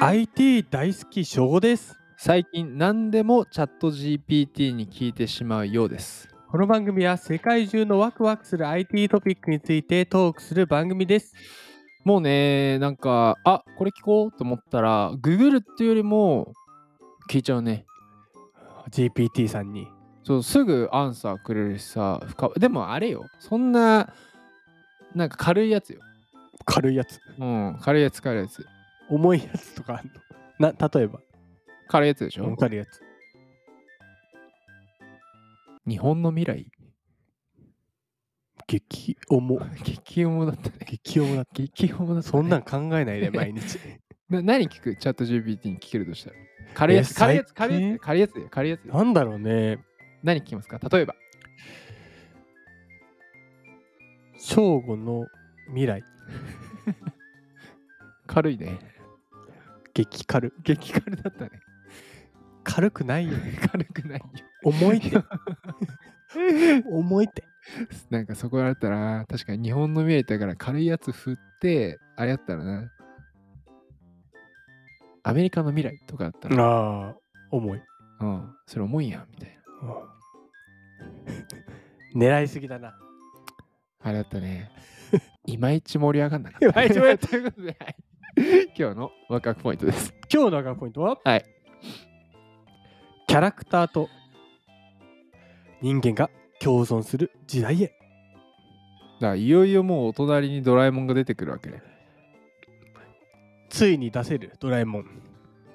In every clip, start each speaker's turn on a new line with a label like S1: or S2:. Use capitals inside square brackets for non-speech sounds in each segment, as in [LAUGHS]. S1: IT 大好き翔です
S2: 最近何でもチャット GPT に聞いてしまうようです。
S1: この番組は世界中のワクワクする IT トピックについてトークする番組です
S2: もうね、なんか、あこれ聞こうと思ったら、ググるっていうよりも聞いちゃうね。
S1: GPT さんに
S2: そうすぐアンサーくれるしさ、深でもあれよ、そんな、なんか軽いやつよ。
S1: 軽いやつ
S2: うん、軽いやつ、軽いやつ。
S1: 重いやつとかあんのな例えば
S2: 軽いやつでしょ
S1: 重。たるやつ
S2: 日本の未来 [LAUGHS]
S1: 激重
S2: 激重だったね。 [LAUGHS]
S1: 激重だ
S2: 激重だった、ね。
S1: そんなん考えないで毎日
S2: な何聞くチャット GPT に聞けるとしたら。軽いやつ、軽いやつ、軽いやつ、軽いやつだよ、軽いやつだよ。
S1: なんだろうね
S2: 何聞きますか例えば。
S1: 正吾の未来
S2: 軽いね。
S1: 激軽
S2: 激軽だったね。 [LAUGHS]
S1: 軽くないよ
S2: 軽くないよ。
S1: 重いって重いって
S2: なんかそこだったら、確かに日本の未来だから軽いやつ振って、あれやったらな。アメリカの未来とかだったら、
S1: ああ重い
S2: うん、それ重いやんみたい
S1: [LAUGHS]
S2: な。
S1: 狙いすぎだな
S2: あれだったね。いまいち盛り上がんなかっ
S1: い
S2: た。
S1: まいち盛り上が
S2: [LAUGHS] ということで、はい今日のワクワクポイントです。
S1: 今日の赤ポイントは
S2: はい。
S1: キャラクターと人間が共存する時代へ
S2: だからいよいよもうお隣にドラえもんが出てくるわけね。
S1: ついに出せるドラえもん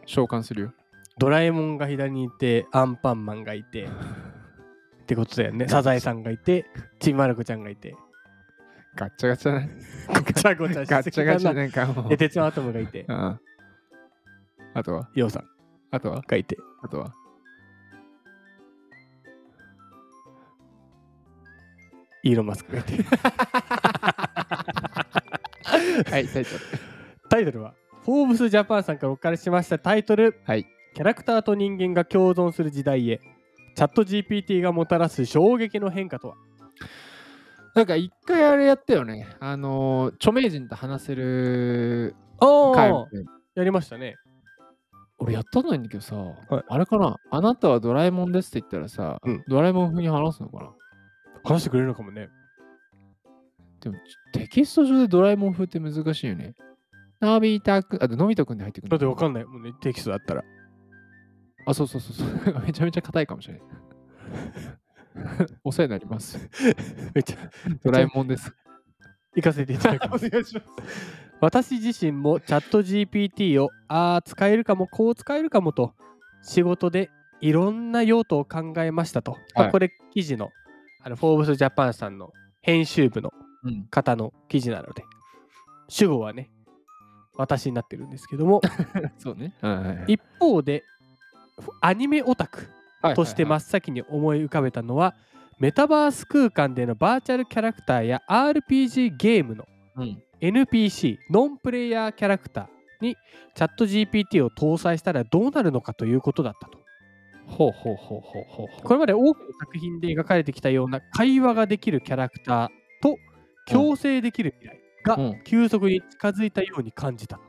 S2: 召喚するよ。
S1: ドラえもんが左にいてアンパンマンがいてってことだよねサザエさんがいてちびまる子ちゃんがいて
S2: ガッチャガチャね。
S1: ごちゃごちゃ
S2: ガッ
S1: し
S2: チ
S1: て
S2: ャガチャ
S1: な
S2: なんかもう
S1: で。鉄腕アトムがいて
S2: うんあとは
S1: ようさん
S2: あとは
S1: がいて
S2: あとは
S1: イーロン・マスクがいて
S2: はい、タイトル。
S1: タイトルは「フォーブスジャパンさんからお借りしましたタイトル
S2: はい。
S1: キャラクターと人間が共存する時代へチャット GPT がもたらす衝撃の変化とは
S2: なんか一回あれやったよね。あのー、著名人と話せる
S1: お
S2: 会みたいな
S1: やりましたね
S2: 俺やったことないんだけどさ、
S1: い
S2: あれかなあなたはドラえもんですって言ったらさ、
S1: うん
S2: ドラえもん風に話すのかな
S1: 話してくれるのかもね
S2: でもテキスト上でドラえもん風って難しいよね。のび太くん、あ、のび太くんで入ってくる
S1: だってわかんないもんねテキストだったら [LAUGHS]
S2: あ、そうそうそうそう。 [LAUGHS] めちゃめちゃ硬いかもしれない。お世話になります。
S1: [LAUGHS] めっちゃ
S2: ドラえもんです。
S1: 行かせていただき
S2: [LAUGHS]
S1: ます
S2: 願いします。
S1: 私自身もチャット GPT をああ使えるかもこう使えるかもと仕事でいろんな用途を考えましたと、まあ
S2: はい
S1: これ記事のあのフォーブスジャパンさんの編集部の
S2: うん。
S1: 方の記事なので主語はね私になってるんですけど
S2: [LAUGHS]
S1: も
S2: そうね。は
S1: 一方でアニメオタク
S2: い
S1: として真っ先に思い浮かべたのはメタバース空間でのバーチャルキャラクターや RPG ゲームの
S2: うん。
S1: NPC ノンプレイヤーキャラクターにチャット GPT を搭載したらどうなるのかということだったと
S2: ほうほうほうほうほうほう。
S1: これまで多くの作品で描かれてきたような会話ができるキャラクターと共生できる未来が
S2: うん
S1: 急速に近づいたように感じた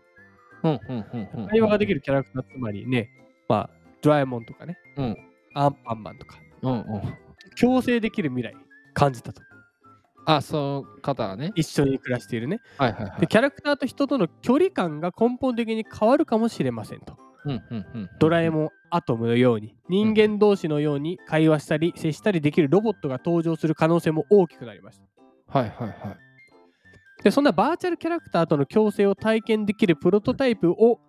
S2: うんうんうんうん。
S1: 会話ができ
S2: る。
S1: るキャラクターつまりねまあドラえもんとかね
S2: うん
S1: アンパンマンとか
S2: うんうん。
S1: 共生できる未来感じたと
S2: あ、その方はね。
S1: 一緒に暮らしているね
S2: はいはいは
S1: で
S2: い。
S1: キャラクターと人との距離感が根本的に変わるかもしれませんと
S2: うんうんうん。
S1: ドラえもんアトムのように人間同士のように会話したり接したりできるロボットが登場する可能性も大きくなりました
S2: ん。はいはいはい。
S1: でそんなバーチャルキャラクターとの共生を体験できるプロトタイプを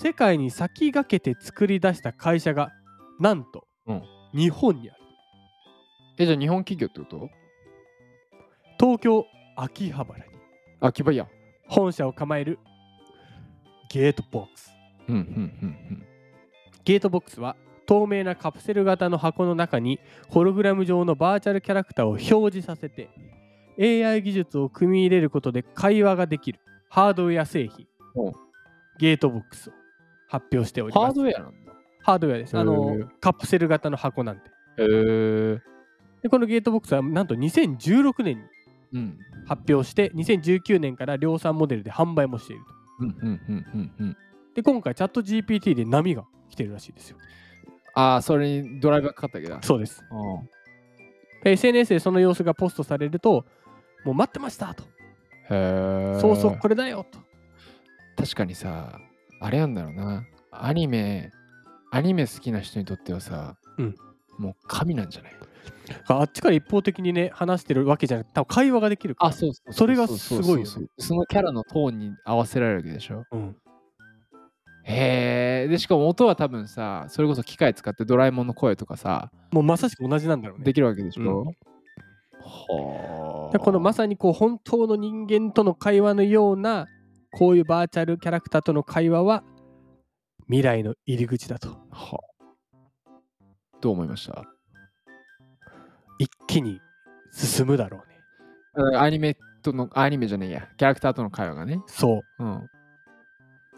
S1: 世界に先駆けて作り出した会社がなんと、
S2: うん
S1: 日本にある
S2: え、じゃあ日本企業ってこと
S1: 東京秋葉原に
S2: 秋葉屋。
S1: 本社を構えるゲートボックス
S2: うんうんうん
S1: ゲートボックスは透明なカプセル型の箱の中にホログラム上のバーチャルキャラクターを表示させて AI 技術を組み入れることで会話ができるハードウェア製品
S2: うん
S1: ゲートボックスを発表してお
S2: うん。
S1: ります
S2: ハードウェアなんだ。
S1: ハードウェアですあの
S2: へー
S1: カプセル型の箱なんで
S2: へえ。
S1: でこのゲートボックスはなんと2016年に
S2: うん。
S1: 発表して2019年から量産モデルで販売もしていると
S2: うんうんうんうんうん。
S1: で今回チャット GPT で波が来てるらしいですよ。
S2: ああ、それにドライバーかかったわけだ。
S1: そうです。
S2: うん
S1: で SNS でその様子がポストされるともう待ってましたと、
S2: へえ。
S1: そうそうこれだよと。
S2: 確かにさ、あれなんだろうな。アニメ、アニメ好きな人にとってはさ、
S1: うん
S2: もう神なんじゃない
S1: あっちから一方的にね話してるわけじゃなくて多分会話ができるから。
S2: あ、そうそう
S1: それがすごいよね
S2: そうそうそのキャラのトーンに合わせられるわけでしょ。
S1: うん、
S2: へえ。で、しかも音は多分さ、それこそ機械使ってドラえもんの声とかさ、
S1: もうまさしく同じなんだろうね。
S2: できるわけでしょ。
S1: うん
S2: はあ。
S1: でこのまさにこう本当の人間との会話のようなこういうバーチャルキャラクターとの会話は未来の入り口だと
S2: はあどう思いました
S1: 一気に進むだろうね。
S2: うんアニメとの、アニメじゃねえや、キャラクターとの会話がね。
S1: そう
S2: うん。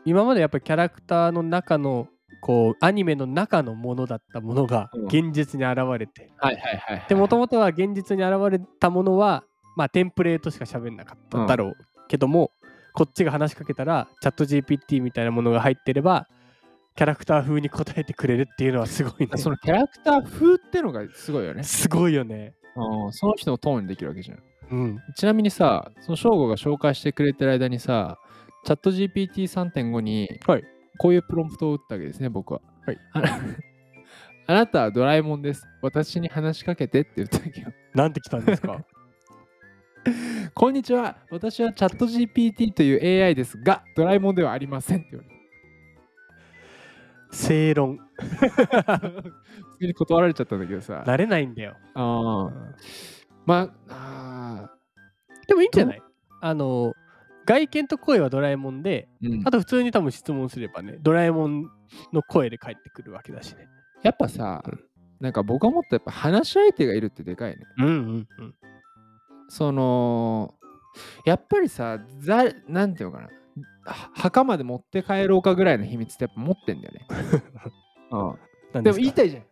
S1: 今までやっぱりキャラクターの中のこうアニメの中のものだったものが
S2: うん
S1: 現実に現れて、
S2: はいはいはい、はい。
S1: でもともとは現実に現れたものはまあテンプレートしか喋んなかっただろうけども、こっちが話しかけたらチャット GPT みたいなものが入ってればキャラクター風に答えてくれるっていうのはすごいね。
S2: そのキャラクター風ってのがすごいよね。
S1: すごいよね。
S2: うんその人のトーンにできるわけじゃん。
S1: うん。
S2: ちなみにさ、その翔吾が紹介してくれてる間にさ、チャット GPT3.5 に、
S1: はい
S2: こういうプロンプトを打ったわけですね、僕は。
S1: はい
S2: あな [LAUGHS] あなたはドラえもんです。私に話しかけてって言ったわけよ。 [LAUGHS]
S1: なんて来たんです [LAUGHS] か
S2: こんにちは。私はチャット GPT という AI ですが、ドラえもんではありませんって言われて。
S1: 正論。
S2: 普通に断られちゃったんだけどさ。
S1: 慣れないんだよ。
S2: あーまあ、あ
S1: でもいいんじゃないあの外見と声はドラえもんで
S2: ー、うん
S1: あと普通に多分質問すればね、ドラえもんの声で返ってくるわけだしね。
S2: やっぱさ、
S1: うん
S2: なんか僕はもっとやっぱ話し相手がいるってでかいね。
S1: うんうんうん。
S2: その、やっぱりさ、ざなんていうのかな、は墓まで持って帰ろうかぐらいの秘密ってやっぱ持ってんだ
S1: [LAUGHS]
S2: よね。うん、でも言い
S1: い。
S2: たいじゃん。
S1: 言い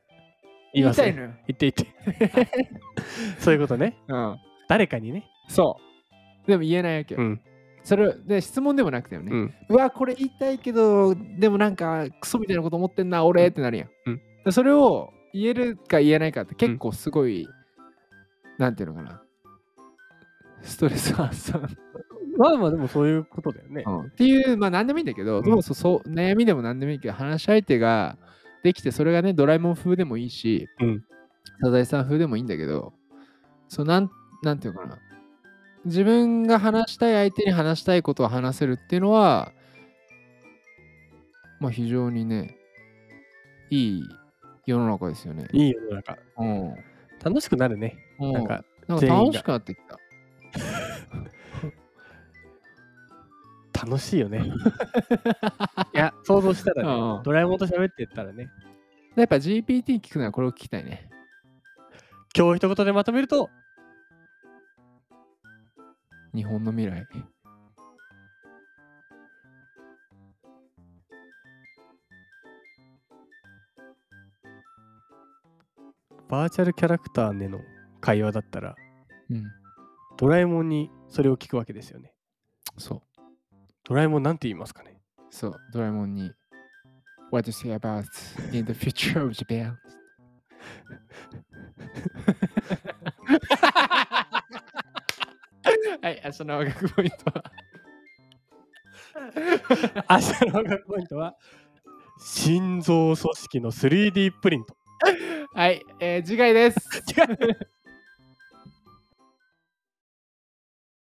S2: 言
S1: ま
S2: い
S1: す
S2: た
S1: ね
S2: いのよ。
S1: 言って言って。 [LAUGHS] そういうことね。
S2: うん、
S1: 誰かにね。
S2: そう。でも言えないわけよ。
S1: ん。
S2: それで質問でもなくてもね、
S1: うん。
S2: うわ、これ言いたいけど、でもなんかクソみたいなこと思ってんな、俺ってなるやん。
S1: うん
S2: でそれを言えるか言えないかって結構すごい、なんていうのかな。ストレス発散、
S1: まあまあでもそういうことだよね。
S2: っていう、まあ何でもいいんだけど、
S1: ん
S2: でもそうそう悩みでも何でもいいけど、話し相手ができて、それがね、ドラえもん風でもいいし、
S1: うん
S2: サザエさん風でもいいんだけど、そうなんなんていうのかな。自分が話したい相手に話したいことを話せるっていうのは、まあ非常にね、いい世の中ですよね。
S1: いい世の中。
S2: うん。
S1: 楽しくなるね。
S2: うん
S1: なんか
S2: なんか
S1: 全員が
S2: 楽しくなってきた。
S1: 楽しいよね。 [LAUGHS] いや、想像したらね、
S2: うん
S1: ドラえもんと喋ってったらね。
S2: やっぱ GPT 聞くならこれを聞きたいね。
S1: 今日一言でまとめると、
S2: 日本の未来。
S1: バーチャルキャラクターでの会話だったら、
S2: うん。
S1: ドラえもんにそれを聞くわけですよね。
S2: そう。
S1: ドラえもんなんて言いますかね [LAUGHS]
S2: そう、ドラえもんに。What to say about in the future of Japan? [LAUGHS] はい、明日の音楽ポイントは。
S1: 明日の音楽ポイントは心臓組織の 3D プリント。
S2: uh, はい、えー次回です。